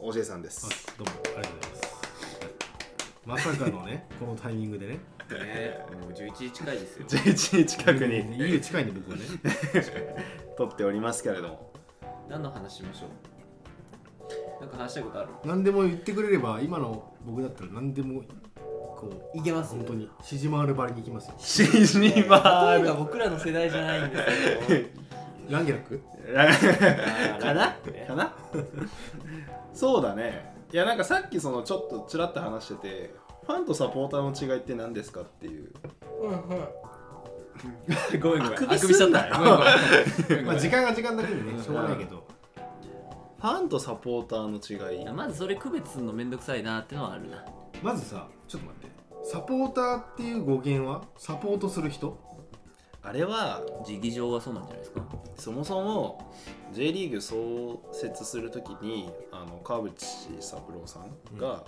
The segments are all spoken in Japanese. おじいさんです。どうもありがとうございますまさかの ねこのタイミングでねね、もう11時近いですよ。 11近くに家近いんで僕はね撮っておりますけれども。何の話しましょうなんか話したいことある何でも言ってくれれば今の僕だったら何でもこういけます本当に指示回るばりに行きますよシニマ例えば僕らの世代じゃないんですよ。ランゲラックかな かな そうだね。いやなんかさっきそのちょっとちらっと話してて、ファンとサポーターの違いって何ですかっていう。ごめんごめん。あくびすんなよあくびす んなよまあ時間が時間だけでねしょうがないけどファンとサポーターの違い。まずそれ区別するのめんどくさいなってのはあるな。まずさちょっと待ってサポーターっていう語源はサポートする人あれは時期上はそうなんじゃないですか。そもそも J リーグ創設するときにあの川淵三郎さんが、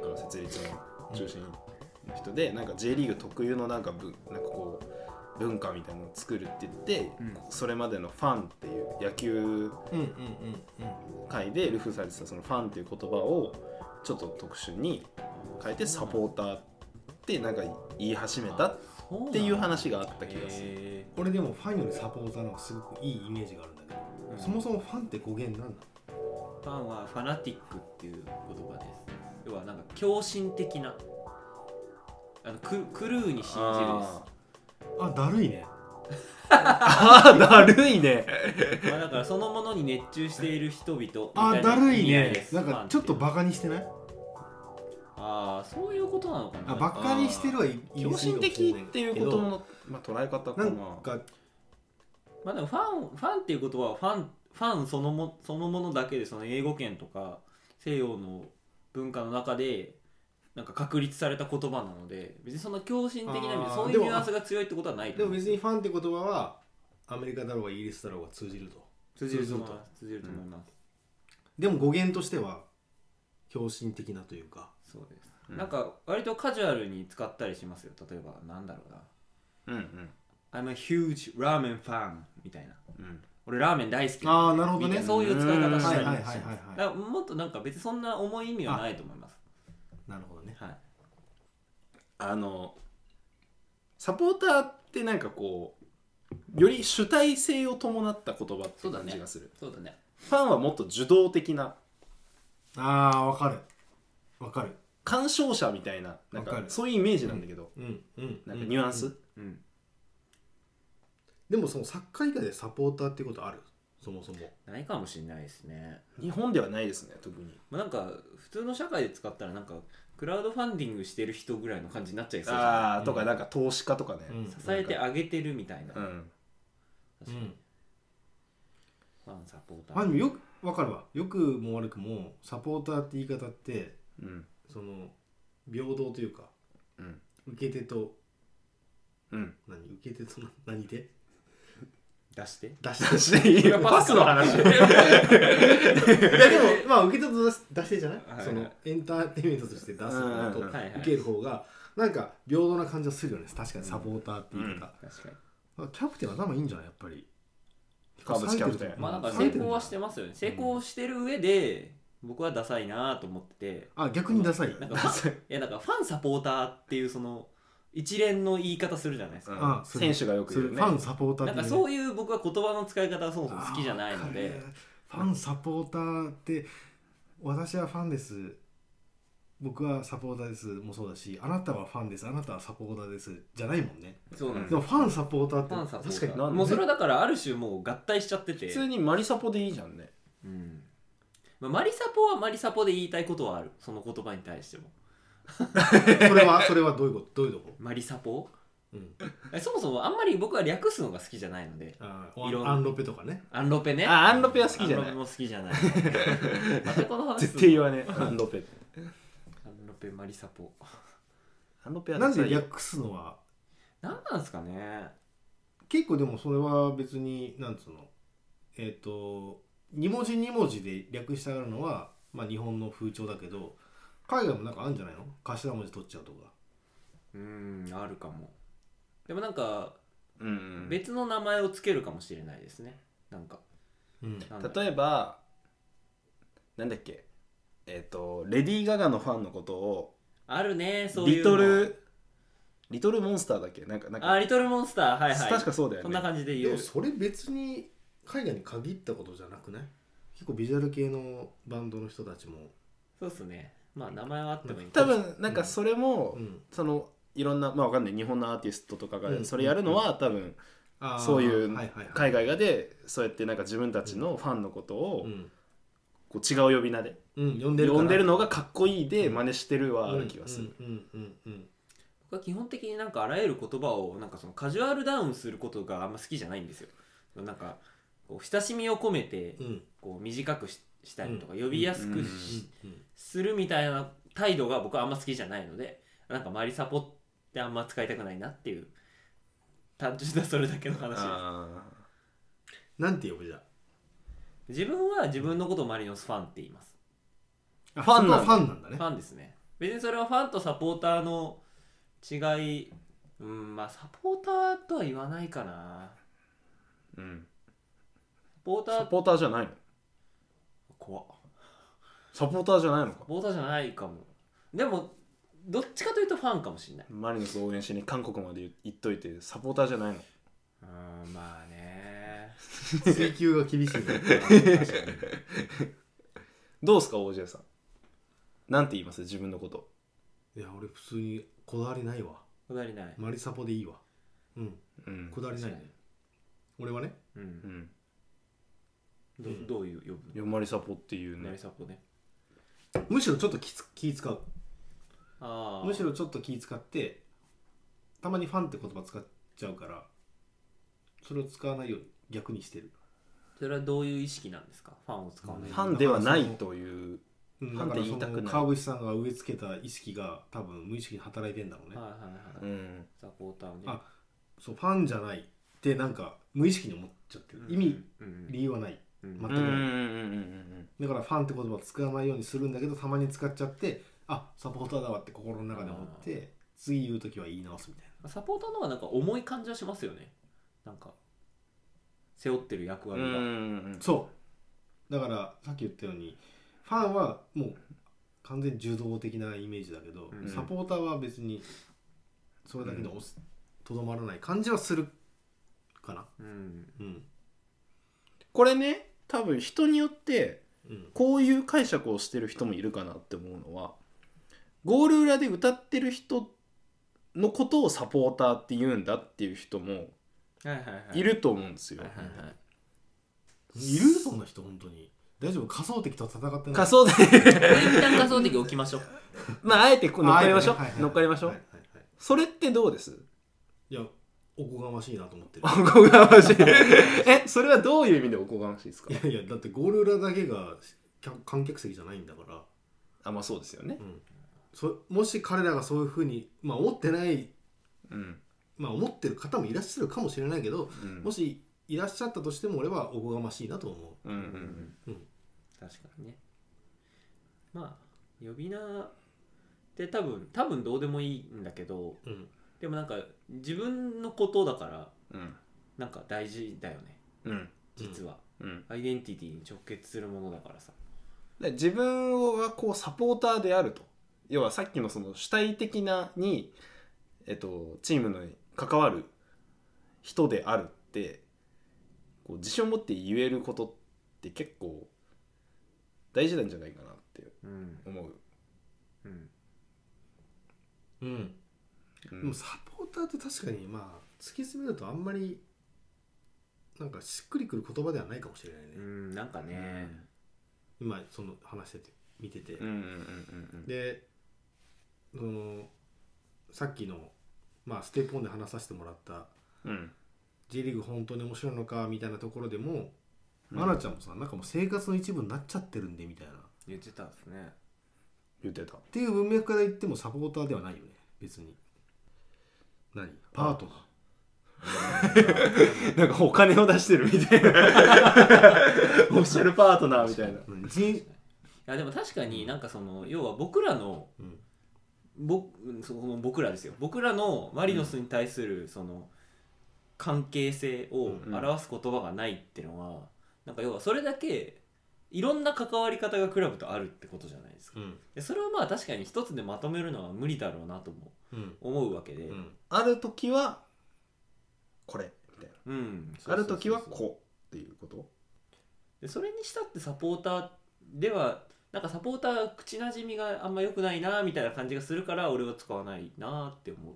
あの設立の中心の人で、なんか J リーグ特有のなんかぶなんかこう文化みたいなのを作るって言って、うんそれまでのファンっていう野球うんうんうん界でルフされてたそのファンっていう言葉をちょっと特殊に変えてサポーターってなんか言い始めたっそうなんてだいう話があった気がする。へ俺でもファンよりサポーターの方がすごくいいイメージがあるんだけど、ーそもそもファンって語源なんだファンはファナティックっていう言葉です。要はなんか狂信的な。あのククルーに信じるです。あだるいねあーだるいね。まあだからそのものに熱中している人々みあたいだなる意い味合いねですなんかちょっとファンバカにしてないてああそういうことなのかなあバカにしてるは良心的っていうこともの、まあ、捉え方かななんかまあでもファンファンっていうことはファンファンそのもそのものだけでその英語圏とか西洋の文化の中でなんか確立された言葉なので別にその狂信的な意味あーそういでうもニュアンスが強いってことはないでも別にファンって言葉はアメリカだろうがイギリスだろうが通じると通じると思います通じると思います、でも語源としては狂信的なというかそうです、うんなんか割とカジュアルに使ったりしますよ例えばなんだろううんなうん、 I'm a huge ramen fan みたいなうん、俺ラーメン大好きああなるほどみたねいなそういう使い方したりもはいはいはしまいすはいはいだからもっとなんか別にそんな重い意味はないと思いますなるほどねはいあのサポーターってなんかこうより主体性を伴った言葉って感じがする、そうだねファンはもっと受動的なああわかるわかる鑑賞者みたいななんわかかるそういうイメージなんだけど、うんうんなんかニュアンス、うんでもそのサッカー以外でサポーターってことあるそもそもないかもしれないですね、日本ではないですね特にまあ、なんか普通の社会で使ったらなんかクラウドファンディングしてる人ぐらいの感じになっちゃいそうじゃああうんとかなんか投資家とかねうんん支えてあげてるみたいな、うん、確かにファンサポータまあでーもよくわかるわよくも悪くもサポーターって言い方ってうんその平等というかうん受け手とうん何受け手とな何で出して出し出してパスの話いやでもまあ受け手と出し出してじゃない、はいはいそのエンターテインメントとして出す方とうんうんうんはいはい受ける方がなんか平等な感じはするよね確かにサポーターって言い方、確かにまあキャプテン頭いいんじゃないやっぱり川淵キャプテンまあなんか成功はしてますよね成功してる上で僕はダサいなと思っててあ逆にダサいなんかファンいやなんかファンサポーターっていうその一連の言い方するじゃないですか、うんあそ選れ手がよくそ言れうフねァンサポーターなんかうそういう僕は言葉の使い方はそもそも好きじゃないのでファンサポーターって私はファンです僕はサポーターですもそうだしあなたはファンですあなたはサポーターですじゃないもんねそうなんですでもファンサポーターってファンサポーター確かになんでもうそ れはだからある種もう合体しちゃってて普通にマリサポでいいじゃんねうんまあ、マリサポはマリサポで言いたいことはあるその言葉に対してもそれはそれはどういうことどういうとこ、マリサポうん、えそもそもあんまり僕は略すのが好きじゃないのであいろんアンロペとかねアンロペねあアンロペは好きじゃないアンロペも好き じゃないまたこの話す絶る対言わねえアンロペアンロペマリサポアンロペはなんダサでいよ略すのは何なんですかね結構でもそれは別になんつうのえっ、と2文字2文字で略したがるのは、まあ、日本の風潮だけど海外もなんかあるんじゃないの頭文字取っちゃうとかうんあるかもでもなんかうんうん別の名前をつけるかもしれないですねなんかうんなんだろう例えばなんだっけえっ、とレディー・ガガのファンのことをあるねそういリうのトルリトルモンスターだっけなんかなんかあリトルモンスターはいはい確かそうだよそねんな感じでで言もうそれ別に海外に限ったことじゃなくない結構ビジュアル系のバンドの人たちも、そうっすねまあ名前はあってもいい多分なんかそれも、うん、そのいろんなまあわかんない日本のアーティストとかうがんそれやるのは、多分あーそういうはいはいはい海外がでそうやってなんか自分たちのファンのことをうんこう違う呼び名でうん、呼んでるから呼んでるのがかっこいいで真似してるはあうんる気がする。うんうんうん僕は基本的になんかあらゆる言葉をなんかそのカジュアルダウンすることがあんま好きじゃないんですよなんかこう親しみを込めてうんうんこう短くししたりとかう呼びやすくしうんするみたいな態度が僕はあんま好きじゃないのでなんかマリサポってあんま使いたくないなっていう単純なそれだけの話ですあなんて呼ぶじゃ自分は自分のことをマリノスファンって言いますあファンなんだそこはファンなんだねファンですね別にそれはファンとサポーターの違いうんまあサポーターとは言わないかなーうん、サポータサーポーターじゃないの怖っサポーターじゃないのかサポーターじゃないかもでもどっちかというとファンかもしれないマリノス応援しに韓国まで行っといてサポーターじゃないのうんまあね追求が厳しいねどうすか OJ さんなんて言います自分のこと いや俺普通にこだわりないわこだわりないマリサポでいいわうんうんこだわりないね俺はねうんうんどうんどういう呼ぶよまりサポっていうのマねリサポねむしろちょっと気つ気使うああむしろちょっと気使ってたまにファンって言葉使っちゃうからそれを使わないように逆にしてるそれはどういう意識なんですかファンを使わないファンではないといううんファンっだかて言らそいたくないの川口さんが植え付けた意識が多分無意識に働いてんだろうねはいはいはい、うんサポーターをねあそうファンじゃないってなんか無意識に思っちゃってる意味、うん理由はないうんまうんうんうんうんだからファンって言葉を使わないようにするんだけどたまに使っちゃってあサポーターだわって心の中で思って次言う時は言い直すみたいなサポーターの方がなんか重い感じはしますよねなんか背負ってる役うんう割が、んそうだからさっき言ったようにファンはもう完全に柔道的なイメージだけど、うんサポーターは別にそれだけで押すとど、まらない感じはするかなうんうんこれね多分人によってうんこういう解釈をしてる人もいるかなって思うのはゴール裏で歌ってる人のことをサポーターって言うんだっていう人もはいはいはいいると思うんですよはい。はいはいいるそんな人本当に大丈夫仮想敵と戦ってない仮想で 一旦仮想的置きましょうまああえてこう乗っかりましょうああえてね乗っかりましょはいうはいはいそれってどうですいやおこがましいなと思ってるおこがま しいえそれはどういう意味でおこがましいですかいやいやだってゴール裏だけが客観客席じゃないんだから、あまあそうですよねうん、そもし彼らがそういうふうに、まあ、思ってない、うん、まあ、思ってる方もいらっしゃるかもしれないけど、うんもしいらっしゃったとしても俺はおこがましいなと思うんうんうんう、うん、確かにねまあ呼び名って多分多分どうでもいいんだけどうん、でもなんか自分のことだからうんなんか大事だよねうん実は、うんアイデンティティに直結するものだからさで自分はこうサポーターであると要はさっきのその主体的なに、えっと、チームの関わる人であるってこう自信を持って言えることって結構大事なんじゃないかなってうん思う、うんうんうでもん、サポーターって確かにまあ突き詰めるとあんまりなんかしっくりくる言葉ではないかもしれないね、うんなんかね今その話してて見てて、うんうんうんうんうんでそのさっきの、まあ、ステップオンで話させてもらったうん、 J リーグ本当に面白いのかみたいなところでも、うん愛菜ちゃんもさなんかもう生活の一部になっちゃってるんでみたいなっ言ってたんですね言ってたていう文脈から言ってもサポーターではないよね別に何パートナー なんかお金を出してるみたい なオフィシャルパートナーみたいなうん人いやでも確かになんかその要は僕らのうん僕その僕らですよ僕らのマリノスに対するその関係性を表す言葉がないっていうのは、なんか要はそれだけいろんな関わり方がクラブとあるってことじゃないですかうんでそれをまあ確かに一つでまとめるのは無理だろうなともうん思うわけで、ううんんある時はこれみたいなそあうそうそうそうる時はこうっていうことでそれにしたってサポーターではなんかサポーター口なじみがあんま良くないなみたいな感じがするから俺は使わないなって思う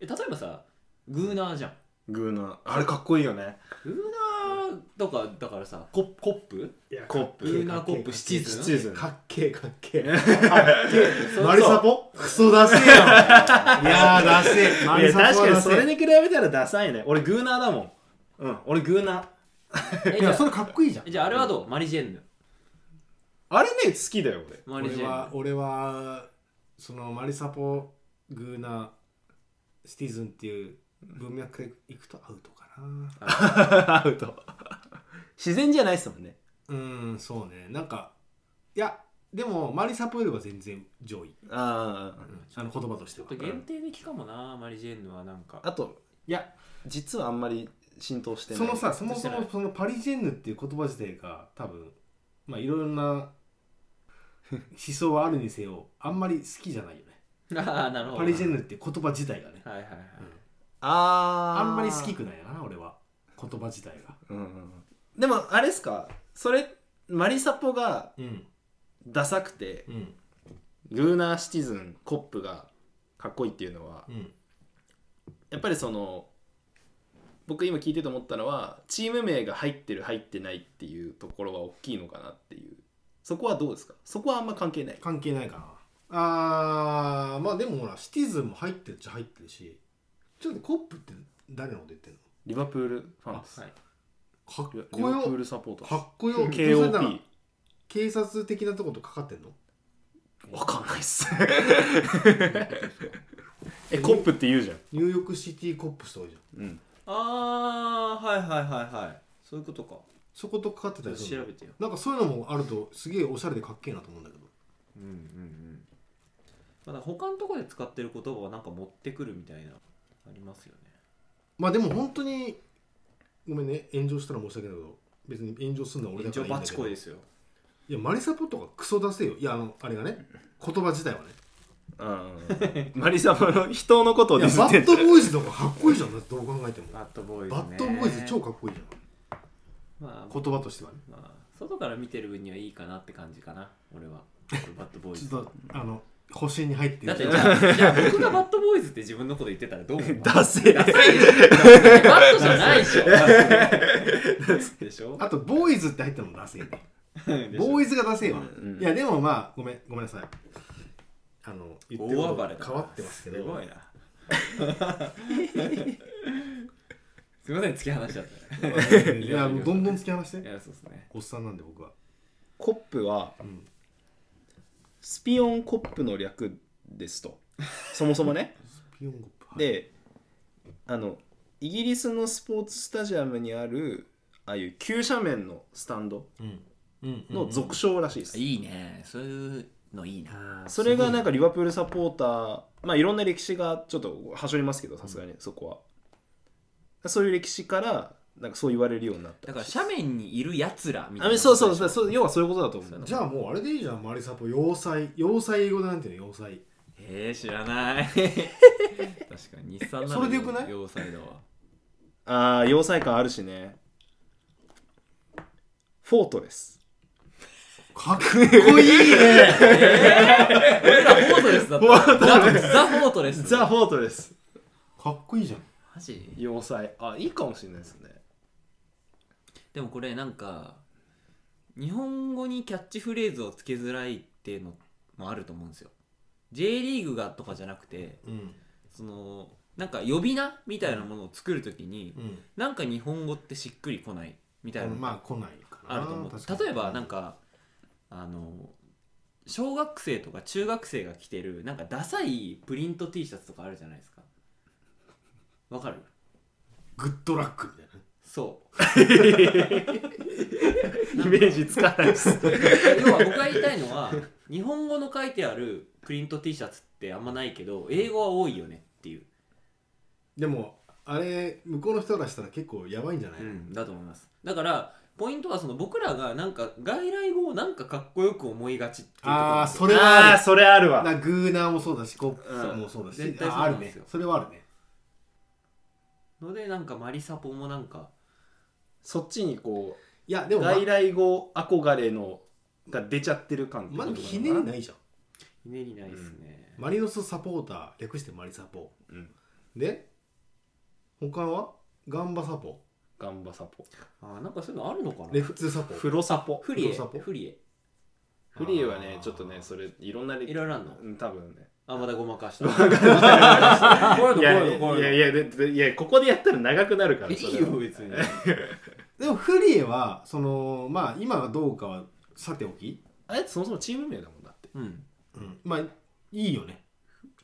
え例えばさグーナーじゃんグーナーあれかっこいいよねグーナーとかだからさコップコップコップグーナーコップシチーズンシチーズンかっけえかっけえそうマリサポクソダセえよいやーダセえマいリやサポは確かにダそセれえに比べたらダサいね俺グーナーだもんうん俺グーナーえいじやゃあそれかっこいいじゃんじゃああれはどうマリジェンヌあれね好きだよ 俺マリジ俺ェはンヌ俺はそのマリサポグーナシティズンっていう文脈でいくとアウトかなアウト自然じゃないっすもんねうんそうねなんかいやでもマリサポよりは全然上位、あああの言葉としてはちょっと限定的かもなマリジェンヌはなんか あといや実はあんまり浸透してなそいのさそもしてそないもそのパリジェンヌっていう言葉自体が多分まあいろんな 思想はあるにせよあんまり好きじゃないよねああなるほどパリジェンヌっていう言葉自体がねはいはいはい、あーあんまり好きくないよな俺は言葉自体がうんうんうんでもあれっすかそれマリサポがうんダサくてうんグーナーシティズンコップがかっこいいっていうのはうんやっぱりその僕今聞いてて思ったのはチーム名が入ってる入ってないっていうところは大きいのかなっていうそこはどうですかそこはあんま関係ない関係ないかなあーまあでもほらシティズンも入ってるっちゃ入ってるしちょっとコップって誰のこと言ってんのリバプールファンですはい、かっリバリこバプーよルサポータかーっこよですどうせなら KOP 警察的なとことかかってんのわかんないっ すえコップって言うじゃん、ニューヨークシティコップスとかいいじゃんうん、ああはいはいはいはいそういうことかそことかかってたりする調のべてよなんかそういうのもあるとすげえおしゃれでかっけえなと思うんだけどうんうんうんまだ他のところで使ってる言葉はなんか持ってくるみたいなありますよねまあでも本当にごめんね炎上したら申し訳ないけど別に炎上するのは俺だ一か応らいいんバだチけどコイですよいやマリサポとかクソ出せよいやあのあれがね言葉自体はねあーマリサポの人のことをいディやスっバてッんドボーイズとかかっこいいじゃんだってどう考えてもバッドボーイズ、ねバ、ッドボーイズ超かっこいいじまゃあん言葉としてはねまあ外から見てる分にはいいかなって感じかな俺はバッドボーイ ちょっズとあの保身に入ってだるってじ ゃあじゃあ僕がバッドボーイズって自分のこと言ってたらどう思うダセえダサいよバッドじゃないでしょでしょあとボーイズって入ったのも出せよねボボーーイイズが出せよ、うんいやでもまあごめんごめんなさいあの言ってるこ大と暴れだ変わってますけすどごいな すみません突き放しちゃったねいやもうどんどん突き放しいてやそうですねおっさんなんで僕は、コップはうん、スピオンコップの略です とそもそもねスピオンゴップはいであのイギリスのスポーツスタジアムにあるああいう急斜面のスタンドうんうんの俗称らしいです、いいねそういうのいいなそれがなんかかリバプールサポーターまあいろんな歴史がちょっとはしょりますけどさすがにそこはそういう歴史からなんかそう言われるようになっただから斜面にいるやつらみたいあなそうそうそうそう要はそういうことだと思うじゃあもうあれでいいじゃんマリサポ要塞要塞英語でなんていうの要塞えー、知らな い確かに日産なのそれでよくない要塞だわああ要塞感あるしねフォートレスかっこいいね俺らフォートレ スだったザ・フォートレスザ・フォートレスかっこいいじゃんマジ要塞あいいかもしれないですねでもこれなんか日本語にキャッチフレーズをつけづらいっていうのもあると思うんですよ J リーグがとかじゃなくてうんそのなんか呼び名みたいなものを作るときにうんなんか日本語ってしっくりこないみたいなのがまあ来ないかなあると思う確かに例えばなんかあの小学生とか中学生が着てるなんかダサいプリント T シャツとかあるじゃないですかわかるグッドラックみたいなそう イメージつかないです要は僕が言いたいのは日本語の書いてあるプリント T シャツってあんまないけど英語は多いよねっていう、でもあれ向こうの人からしたら結構やばいんじゃない、だと思いますだからポイントはその僕らがなんか外来語をなんかかっこよく思いがちっていうところあなあんですよそれはああーそれあるるわなグーナーもそうだしコップうんもそうだし、絶対そうああなるんでねすよそれはあるねのでなんかマリサポもなんかそっちにこいやでうもま外来語憧れのが出ちゃってる感ってまこあとでなものかひねりないじゃんひねりないですね、マリノスサポーター略してマリサポうんで他はガンバサポガンバサポあーなんかそういうのあるのかなレフツーサポフロサポフリエ黒サポフリエフリーはねあーちょっとねそれいろんなレいろいろあんのうん多分ねあまだごまかした怒るいの怒やるのいや怒るのいやででいやここでやったら長くなるからいそれいはよ別にでもフリエはそのまあ今はどうかはさておき、あれそもそもチーム名だもんだってうんうん、まあいいよね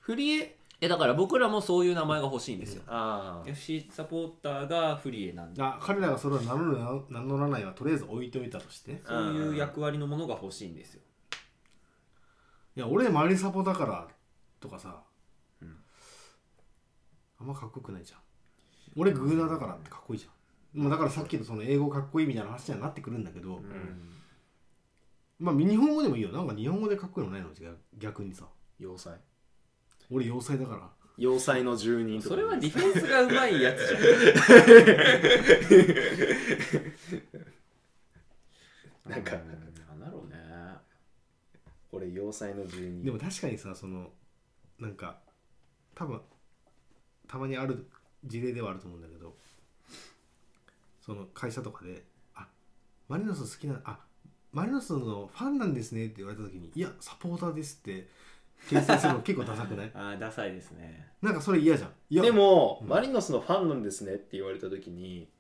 フリーえだから僕らもそういう名前が欲しいんですよ、あ FC サポーターがフリエなんであ彼らがそれを名乗る名乗らないはとりあえず置いといたとしてねそういう役割のものが欲しいんですよいや俺マリサポだからとかさ、んあんまかっこよくないじゃん俺グーナーだからってかっこいいじゃん、まあ、だからさっきのその英語かっこいいみたいな話にはなってくるんだけど、んまあ日本語でもいいよなんか日本語でかっこいいのないの違う逆にさ要塞俺要塞だから要塞の住人とかそれはディフェンスがうまいやつじゃん なんかなんだろうね俺要塞の住人でも確かにさそのなんか多分たまにある事例ではあると思うんだけどその会社とかで「あマリノス好きなあマリノスのファンなんですね」って言われた時に「いやサポーターです」って訂正するの結構ダサくない あーダサいですねなんかそれ嫌じゃんいやでも、うんマリノスのファンなんですねって言われた時に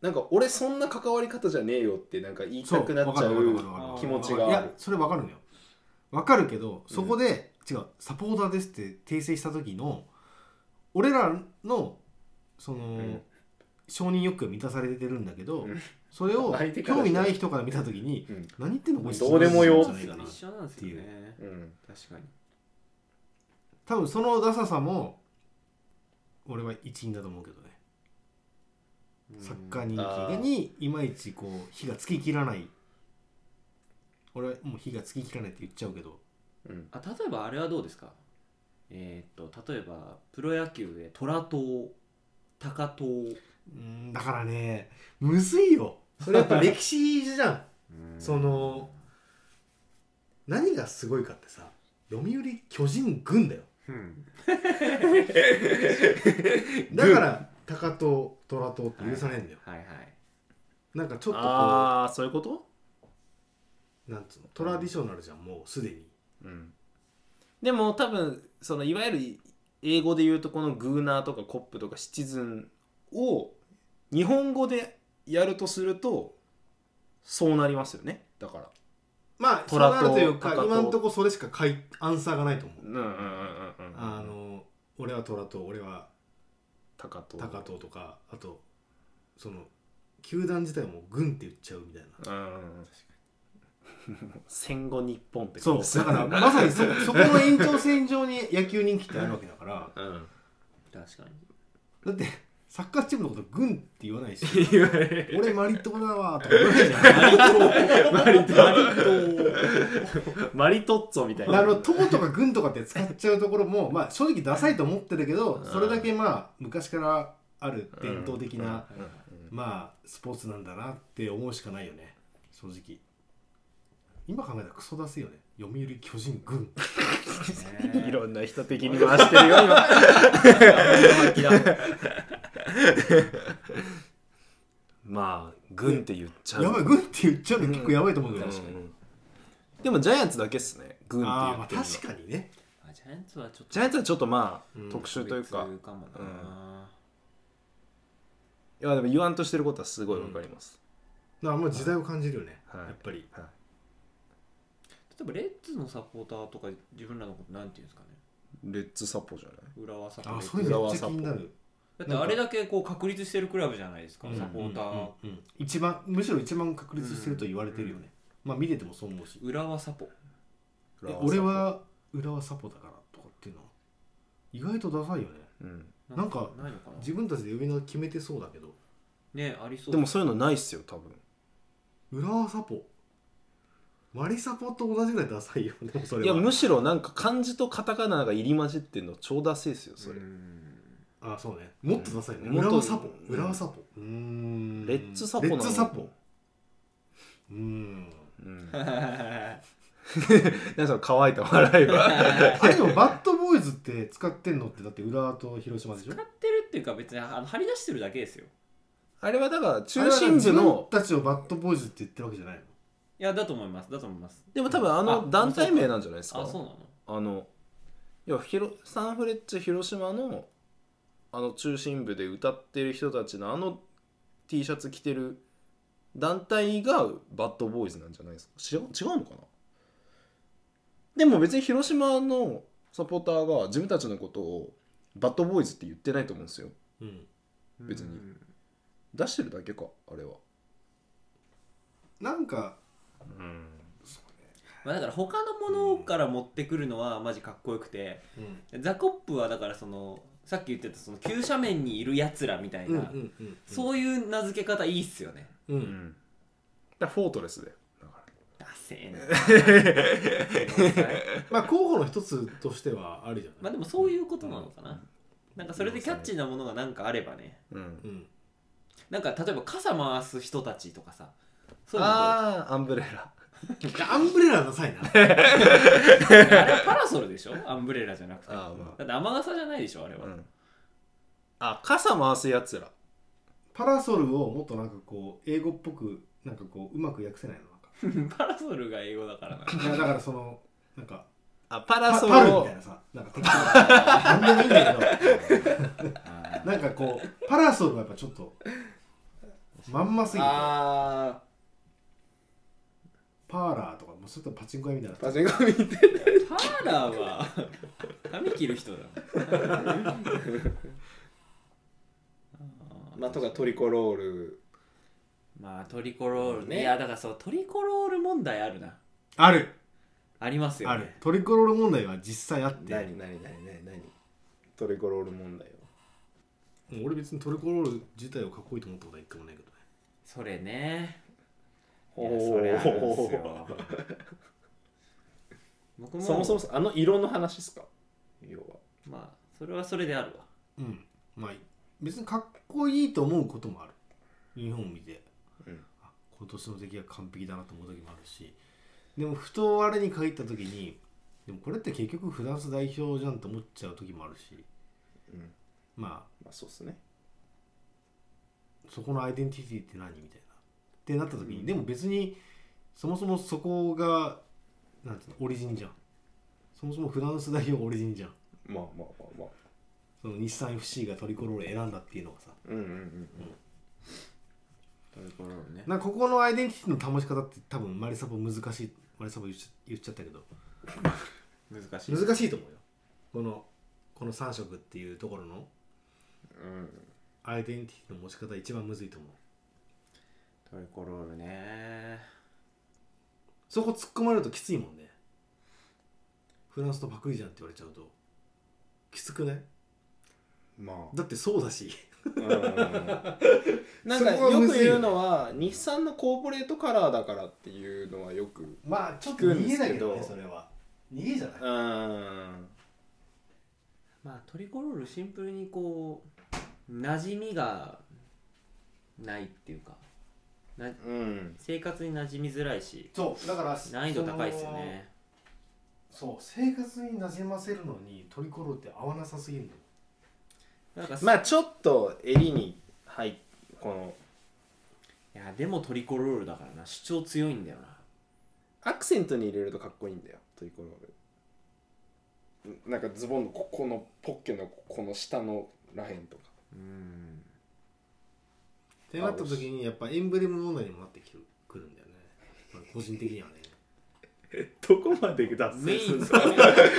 なんか俺そんな関わり方じゃねえよってなんか言いそたうくなっちゃわかるわかるうわかる気持ちがあるいやそれわかるのよわかるけどそこで、違うサポーターですって訂正した時の俺らのその、ん承認欲求は満たされてるんだけど、うんそれ を相手からした興ら味ない人から見た時にうん何言ってんのこいつどうでもよじゃないかな一緒なんですよねうん確かに多分そのダサさも俺は一因だと思うけどねサッカーに人気にいまいちこう火がつききらない俺はもう火がつききらないって言っちゃうけどうんあ例えばあれはどうですかえーっと例えばプロ野球で虎党高党うーんだからねむずいよそれやっぱ歴史じゃんその何がすごいかってさ読売巨人軍だようんだから高と虎とって許されんだよ、はいはいなんかちょっとこああそういうこと、うなんつうのトラディショナルじゃんもうすでにうん、でも多分そのいわゆる英語で言うとこのグーナーとかコップとかシチズンを日本語でやるとするとそうなりますよねだからまあそう虎となるというか鷹と今んとこそれしかかいアンサーがないと思う、うんうんうんうんうんあの俺は虎と俺は高と高ととかあとその球団自体も軍って言っちゃうみたいなうん戦後日本ってそうですよだ からまさにそそこの延長線上に 野球人気ってあるわけだからうん確かにだってサッカーチームのこと軍って言わな いし言われ俺マリトだわとか言わないじゃマリ党マリトッツォみたいんなあの党とか軍とかって使っちゃうところもまあ正直ダサいと思ってるけどんそれだけまあ昔からある伝統的な、うんうんまあスポーツなんだなって思うしかないよね正直今考えたらクソダセいよね読売巨人軍いろんな人的に回してるよ今まあ軍って言っちゃうやばい軍って言っちゃうの結構やばいと思うけど、確かにでもジャイアンツだけっすね軍って言あーっまあてるの確かにねあジャイアンツはちょっとジャイアンツはちょっとまあ、うん特殊というか別もな、いやでも言わんとしてることはすごいわかります、だからあんま時代を感じるよね、はいやっぱりはい例えばレッズのサポーターとか自分らのことなんていうんですかねレッツサポじゃない浦和サポーあタそれーめ裏っはちゃ気になるだってあれだけこう確立してるクラブじゃないですか、うんサポーター、うんうん一番むしろ一番確立してると言われてるよね、まあ見ててもそう思うし浦和サポえ俺、は浦和サポだからとかっていうのは意外とダサいよねうん、なんかないのかな自分たちで呼び名決めてそうだけどねありそうでもそういうのないっすよ多分村サポマリサポと同じぐらいダサいよでもそれいやはむしろなんか漢字とカタカナが入り混じってんの超ダセいっすよそれ、あそうねもっとダサいねうん浦和サポうん浦和サポうーんレッツサポなレのッツサポうーん うん、うなんかんその乾いた笑いはあれでもバッドボーイズって使ってんのってだって浦和と広島でしょ使ってるっていうか別にあの張り出してるだけですよ あれはだから中心部あれはの自分たちをバッドボーイズって言ってるわけじゃないのいやだと思いますだと思いますでも多分あのあ団体名なんじゃないですかあそうなのあのいやひろサンフレッチェ広島のあの中心部で歌ってる人たちのあの T シャツ着てる団体がバッドボーイズなんじゃないですかし違うのかなでも別に広島のサポーターが自分たちのことをバッドボーイズって言ってないと思うんですようん別に出してるだけかあれはなんかうんまあ、だから他のものから持ってくるのはマジかっこよくてうんザコップはだからそのさっき言ってたその急斜面にいるやつらみたいな、んうんそういう名付け方いいっすよねうんううんんだからフォートレスでだかダセえなまあ候補の一つとしてはあるじゃなまあいでもそういうことなのかな、なんかそれでキャッチーなものがなんかあればねら、うんうんなんか例えば傘回す人たちとかさそういうのとあああアンブレラアンブレラダサいな れはパラソルでしょアンブレラじゃなくてあーまあだって雨傘じゃないでしょあれは、うん、あ傘回すやつらパラソルをもっとなんかこう英語っぽくなんかこううまく訳せないのなんか パラソルが英語だからないやだからそのなんかあパパラソルパルみをたいなさなんか適当ななんでもいいんだけどなんかこうパラソルがやっぱちょっとまんますぎてあパーラーとかもうちょっとパチンコ屋みたいなパチンコ見てーパーラーは髪切る人だまあとかトリコロールまあトリコロールねねいやだからそうトリコロール問題あるなあるありますよ、ね、あるトリコロール問題は実際あって何何何何何トリコロール問題をもう俺別にトリコロール自体をかっこいいと思ったことは一回もないけどねそれねいおやーそれあるんすよ僕もそもそもあの色の話っすか要はまあそれはそれであるわうんまあ別にかっこいいと思うこともある日本を見て、うんあ今年の出来が完璧だなと思う時もあるしでもふとあれに限った時にでもこれって結局フランス代表じゃんと思っちゃう時もあるしうんままあそうっすねあそこのアイデンティティって何みたいなってなった時に、でも別にそもそもそこがなんていうのオリジンじゃんそもそもフランス代表がオリジンじゃんまあまあまあまあその日産 FC がトリコロールを選んだっていうのがさうんうんうんうんトリコロールねなんかここのアイデンティティの保ち方って多分マリサポ難しいマリサポ言っちゃ言っちゃったけど難しい難しいと思うよこのこの3色っていうところのうんアイデンティティの持ち方一番むずいと思うトリコロールねそこ突っ込まれるときついもんねフランスとパクリじゃんって言われちゃうときつくないまあだってそうだしなんかよく言うのは日産のコーポレートカラーだからっていうのはよくうまあちょっと逃げだけどねそれは逃げじゃないんまあトリコロールシンプルにこう馴染みがないっていうかなうん生活に馴染みづらいしそうだから難易度高いですよねそう生活になじませるのにトリコロールって合わなさすぎるのなんかまあちょっと襟に入っこのいやでもトリコロールだからな主張強いんだよなアクセントに入れるとかっこいいんだよトリコロールなんかズボンのここのポッケのここの下のらへんとかうんってなった時にやっぱエンブレム問題にもなってきるくるんだよね、まあ個人的にはねどこまで脱目するのにつくもの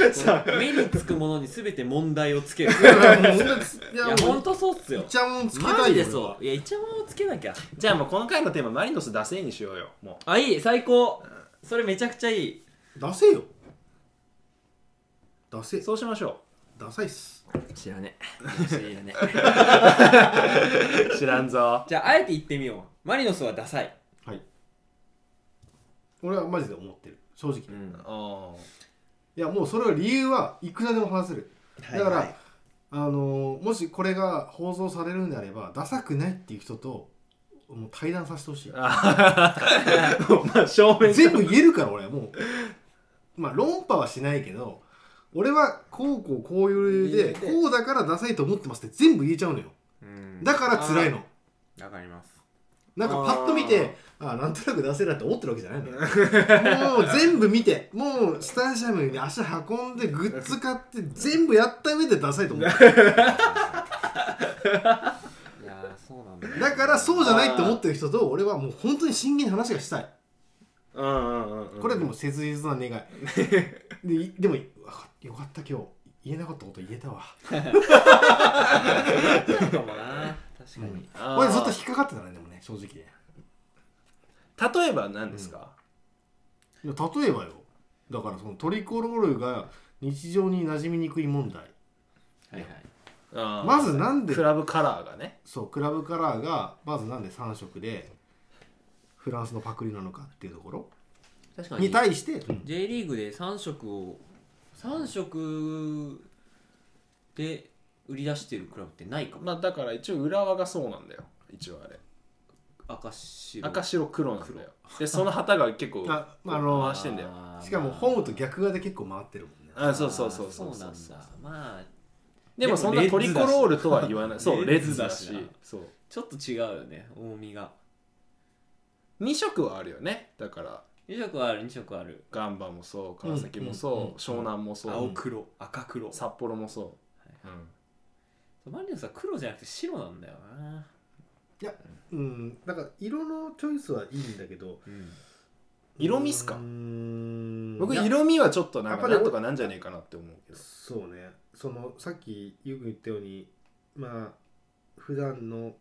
目につくものに全て問題をつけるいやもういいやほんとそうっすいよっちゃもんつけマたジいでよそういやイチャモンをつけなきゃじゃあもうこの回のテーママリノス出せにしようよもあいい最高それめちゃくちゃいい俺は出せよ出せうそうしましょダサいっす知らねえ知らねえ知らんぞ じゃああえて言ってみようマリノスはダサい、はい俺はマジで思ってる正直、ういんああやもうそれは理由はいくらでも話せるだから、はいはいあのーもしこれが放送されるんであればダサくないっていう人ともう対談させてほしいまあ正面全部言えるから俺はもうまあ論破はしないけど俺はこうこうこういう理由で理由でこうだからダサいと思ってますって全部言えちゃうのようんだから辛いのわかりますなんかパッと見てああなんとなくダセいなって思ってるわけじゃないのよもう全部見てもうスタジアムに足運んでグッズ買って全部やった上でダサいと思ってるいやーそうなんだね、だからそうじゃないって思ってる人と俺はもう本当に真剣に話がしたいうんうんうんうんこれはでも切実 な願いでいでもよかよかった今日言えなかったこと言えたわそうかもな確かに、あー俺ずっと引っかかってたねでもね正直ね例えば何ですか、いや例えばよだからそのトリコロールが日常に馴染みにくい問題はいはいあーまずなんでクラブカラーがねそうクラブカラーがまずなんで3色でフランスのパクリなのかっていうところ確かにに対して、 J リーグで3色を3色で売り出してるクラブってないかもまあだから一応浦和がそうなんだよ一応あれ赤白赤白黒なんだよでその旗が結構あまああの回してんだよあーしかもホームと逆側で結結構回ってるもんねあそうそうそうそうあーそうなんだまあでもそんなトリコロールとは言わないそうレレッッズズだだししそうちょっと違うよね重みが2色はあるよねだから2色はある2色はあるガンバもそう川崎もうんうんうんそう湘南もそ青う黒赤黒札幌もそう、マリノスは黒じゃなくて白なんだよなうんだから色のチョイスはいいんだけどうん色味っすかうーん僕いや色味はちょっとなんやかっぱりなんとかなんじゃねえかなって思うけどそうねそのさっきよく言ったようにまあ普段の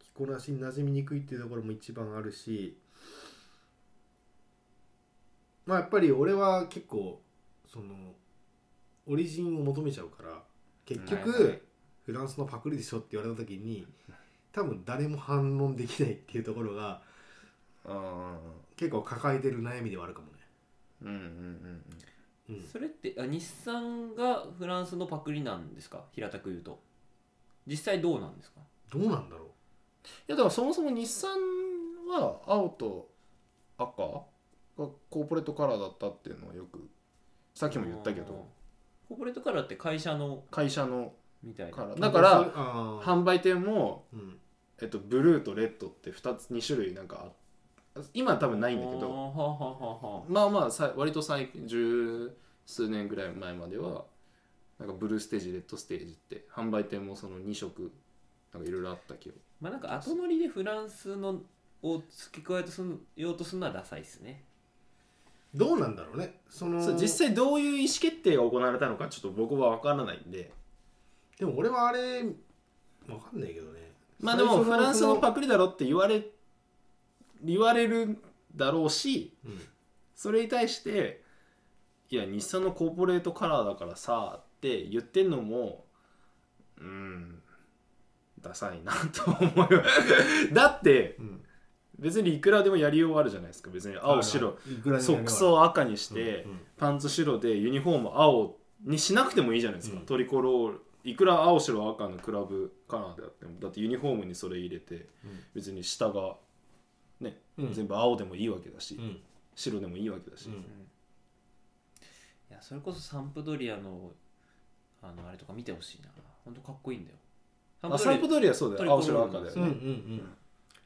着こなしに馴染みにくいっていうところも一番あるしまあやっぱり俺は結構そのオリジンを求めちゃうから結局、はいはいフランスのパクリでしょって言われた時に多分誰も反論できないっていうところがうん結構抱えてる悩みではあるかもね。うんうんうんうんそれってあ日産がフランスのパクリなんですか平たく言うと実際どうなんですかどうなんだろいやでもそもそも日産は青と赤がコーポレートカラーだったっていうのはよくさっきも言ったけあーどコーポレートカラーって会社の会社のみたいなカラうーだからあー販売店も、うんえっと、ブルーとレッドって 2, つ2種類なんかあ今は多分ないんだけあーどはあはあはあはまあまあさ割と最近十数年ぐらい前まではなんかブルーステージレッドステージって販売店もその2色なんかいろいろあったけどまあなんか後乗りでフランスのを付け加えてすんようとするのはダサいっすねどうなんだろうね。そのそう実際どういう意思決定が行われたのかちょっと僕は分からないんででも俺はあれわかんないけどねまあでもフランスのクパクリだろって言われ言われるだろうしそれに対して「いや日産のコーポレートカラーだからさ」って言ってんのもうんダサいなと思 うよだってうん別にいくらでもやりようあるじゃないですか別に青は白いはいいくらでもやるわソックスを赤にして、うんうんパンツ白でユニフォーム青にしなくてもいいじゃないですか、うんトリコロールいくら青白赤のクラブカラーであってもだってユニフォームにそれ入れて、うん別に下がね、うん全部青でもいいわけだし、うん白でもいいわけだし、うんいやそれこそサンプドリアのあのあれとか見てほしいなほんとかっこいいんだよサあサンプドリアそうだよ青トリコ白ロール赤だようんうんうね、ん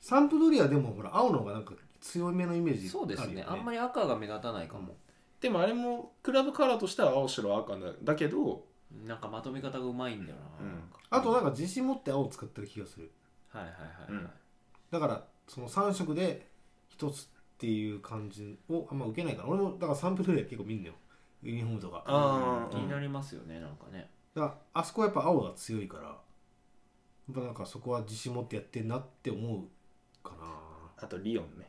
サンプドリアでもほら青の方がなんか強めのイメージそうですねあんまりり赤が目立たないかも、でもあれもクラブカラーとしては青白赤だだけど、なんかまとめ方がうまいんだよな、うんなんかあとなんか自信持って青を使ってる気がするはいはいはい、はいだからその3色で1つっていう感じをあんま受けないから俺もだからサンプドリア結構見んのよユニフォームとかあー気になりますよねなんかねだからあそこはやっぱ青が強いからやっぱなんかそこは自信持ってやってんなって思うかなあとリオンね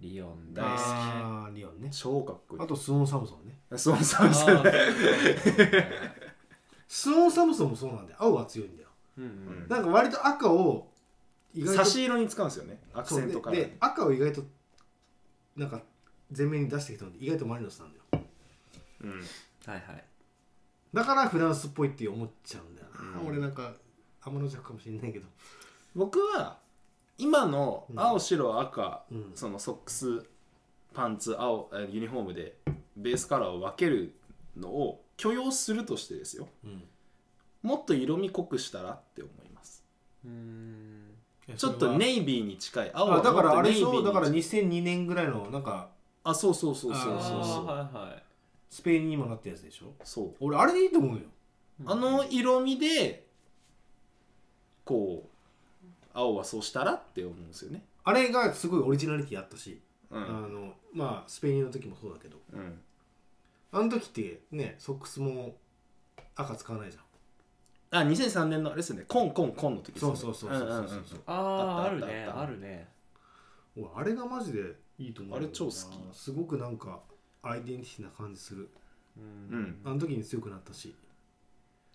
リオン大好き あーリオンね超かっこいいあとスオン・サムソンねそうそうそうあーそうなんだスオン・サムソンもそうなんで青が強いんだようんうんなんか割と赤を意差し色に使うんですよねアクそうセントカラでーで赤を意外となんか前面に出してきたので意外とマリノスなんだようんはいはいだからフランスっぽいって思っちゃうんだよな、うん俺なんか天の弱かもしれないけど、僕は今の青白赤、うんそのソックスパンツ青えーユニフォームでベースカラーを分けるのを許容するとしてですようんもっと色味濃くしたらって思いますうーんちょっとネイビーに近い青はあだからあれでしもっょとだネイビーに近いから2002年ぐらいのなんかあそうそうそうそあうーそうそうはいはいスペインにもなったやつでしょそう俺あれでいいと思うよあの色味でこう青はそうしたらって思うんですよねあれがすごいオリジナリティあったし、うん、あのまあスペインの時もそうだけどうん、あの時ってねソックスも赤使わないじゃんあ2003年のあれですよねコンコンコンの時ですよそうねそうそうそうそうそう,、んんんんああああったるあっねたあったあるね俺あれがマジでいいと思うあれ超好きすごくなんかアイデンティティな感じするうあの時に強くなったし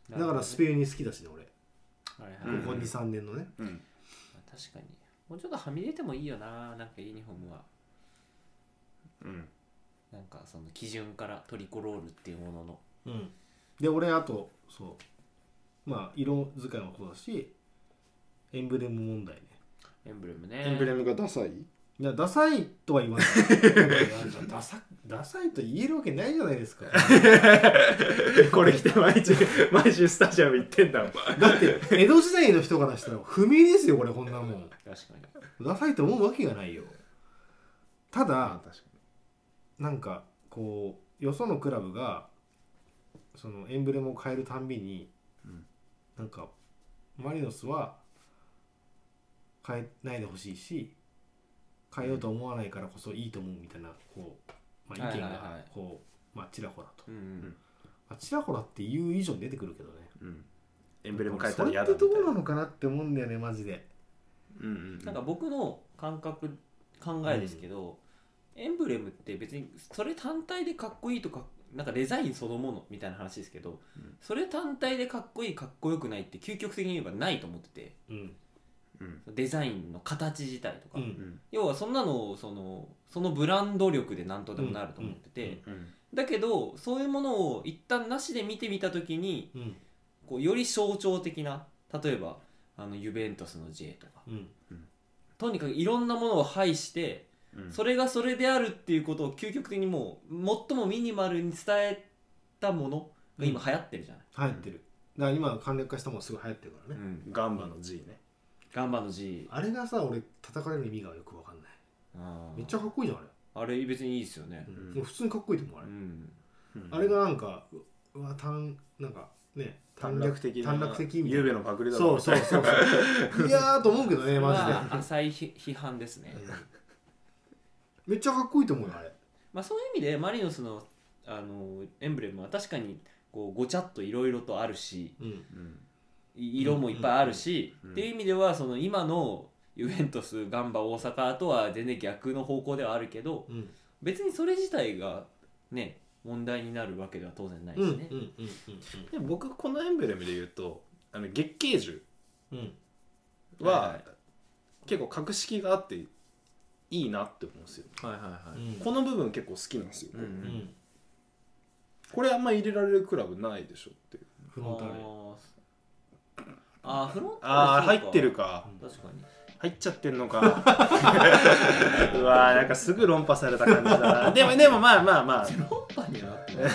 だなるかほどねらスペインに好きだしね俺はいはいうんここ23年のねうん確かにもうちょっとはみ出てもいいよななんかユニフォームはうんなんかその基準からトリコロールっていうもののうんで俺あとそうまあ色使いもそうだしエンブレム問題ねエンブレムねエンブレムがダサいいやダサいとは言 わないなんかダサダサいと言えるわけないじゃないですかこれ着て毎 日毎週スタジアム行ってん だもんだって江戸時代の人からしたら不明ですよこれこんなもん確かにダサいと思うわけがないよただあ確かなんかこうよそのクラブがそのエンブレムを変えるたんびに、うんなんかマリノスは変えないでほしいし変えようと思わないからこそいいと思うみたいなこう、まあ、意見はいはいはがいこう、まあ、ちらほらと、うんうんまあ、ちらほらっていう以上に出てくるけどねに、うん、エンブレム変えたら嫌だそれみったていどうななのかなって思うんだよねマジでうんうんなんか僕の感覚考えですけど、エンブレムって別にそれ単体でかっこいいとかなんかデザインそのものみたいな話ですけど、んそれ単体でかっこいいかっこよくないって究極的に言えばないと思っててうんうんデザインの形自体とか、うんうん要はそんなのをそのそのブランド力で何とでもなると思ってて、うんうんうんだけどそういうものを一旦なしで見てみた時にうんこうより象徴的な例えばあのユベントスの J とかうんとにかくいろんなものを排してうんそれがそれであるっていうことを究極的にもう最もミニマルに伝えたものが今流行ってるじゃない、流行ってるだから今の簡略化したものすごい流行ってるからね、ガンバの G ねガンバの G あれがさ俺叩かれる意味がよくわかんないめっちゃかっこいいじゃんあれあれ別にいいですよね、んもう普通にかっこいいと思うあうれ、ん、あれがなんかううわ短なんかね短絡的な短絡的みたゆいうべなのパクリだろそうそうそうそういやーと思うけどねマジで、まあ浅い批批判ですね、うんめっちゃかっこいいと思うよあれまあ、そういう意味でマリノスのあのエンブレムは確かにこうごちゃっといろいろとあるしうんうんい色もいっぱいあるし、うんうんうんっていう意味ではその今のユベントスガンバ大阪とは全然逆の方向ではあるけど、うん別にそれ自体がね問題になるわけでは当然ないしうんうんね、うんうんでも僕このエンブレムで言うとあの月桂樹うんうんは、はいはい結構格式があっていいなって思うんですよ、はいはいはうんこの部分結構好きなんですよ、うんうんうんこれあんま入れられるクラブないでしょっていうフロンターレあーあーフロンターレああそう入かってるか確かに入っちゃってるの かうわーなんかすぐ論破された感じだ なでもでもまあまあまあフロンパにはなってない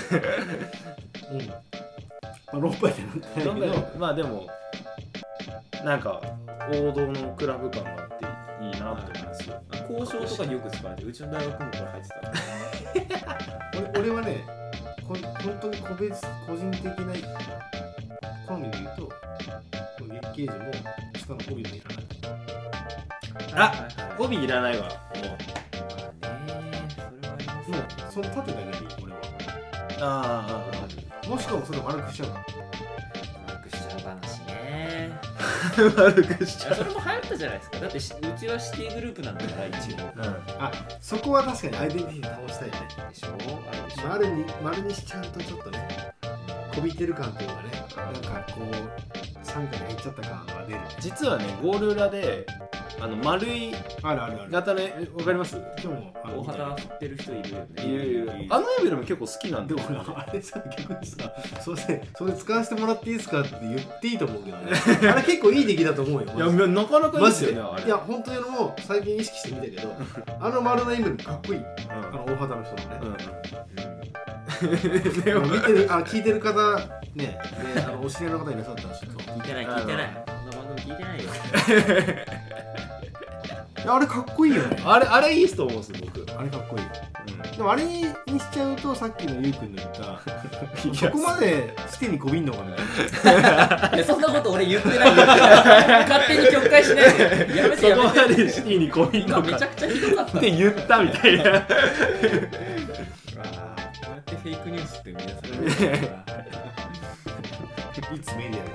うんまあ6杯じゃなくてどんなまあでもなんか王道のクラブ感があっていいなって思いますよ、交渉とかによく使われてうちの大学もこれ入ってた俺俺はねこ本当に個別個人的な好みで言うとこの月桂樹も下の帯もいらないあはいはいはい帯いらないわもうまあねそれはありますもねうその縦だけでいい俺はああもしかもそれを丸くしちゃうか悪くしちゃう話ね 悪くしいちゃやそれも流行ったじゃないですかだってしうちはシティグループなんだから一応でう、あそこは確かにアイデンティティ保ちたいよねしょあるでしょ丸に丸にしちゃうとちょっとね飛びてる感というかねなんかこう参加に入っちゃった感が出る実はねゴール裏であの丸いあるあるある型ねえわかります今日もあの大肌振ってる人いるよいやねいやいやあのレベルも結構好きなんでだもよ、ね、あれさ逆にさ「すいませんそれ使わせてもらっていいですか?」って言っていいと思うけどねあれ結構いい出来だと思うよいやなかなかいいマですジでよねあれいや本当に俺も最近意識してみたけど あの丸のインベルかっこいいあの大肌の人もねうん、うん、でも見てるあ聞いてる方ねであのお知り合いの方いらっしゃったらしいけど聞いてない聞いてないこんな番組聞いてないよいやあれかっこいいよねあれあれいい人思うんです僕、うん、あれかっこいいでもあれにしちゃうとさっきのゆうくんの言った いそやこまでしてにこびんのかみたいいやそんなこと俺言ってないよ勝手に曲解しないでやめてそやこまめてでシティにコミン今トめちかゃくちゃひどかったって言ったみたいなこうやってフェイクニュースって生み出されるからないつメディア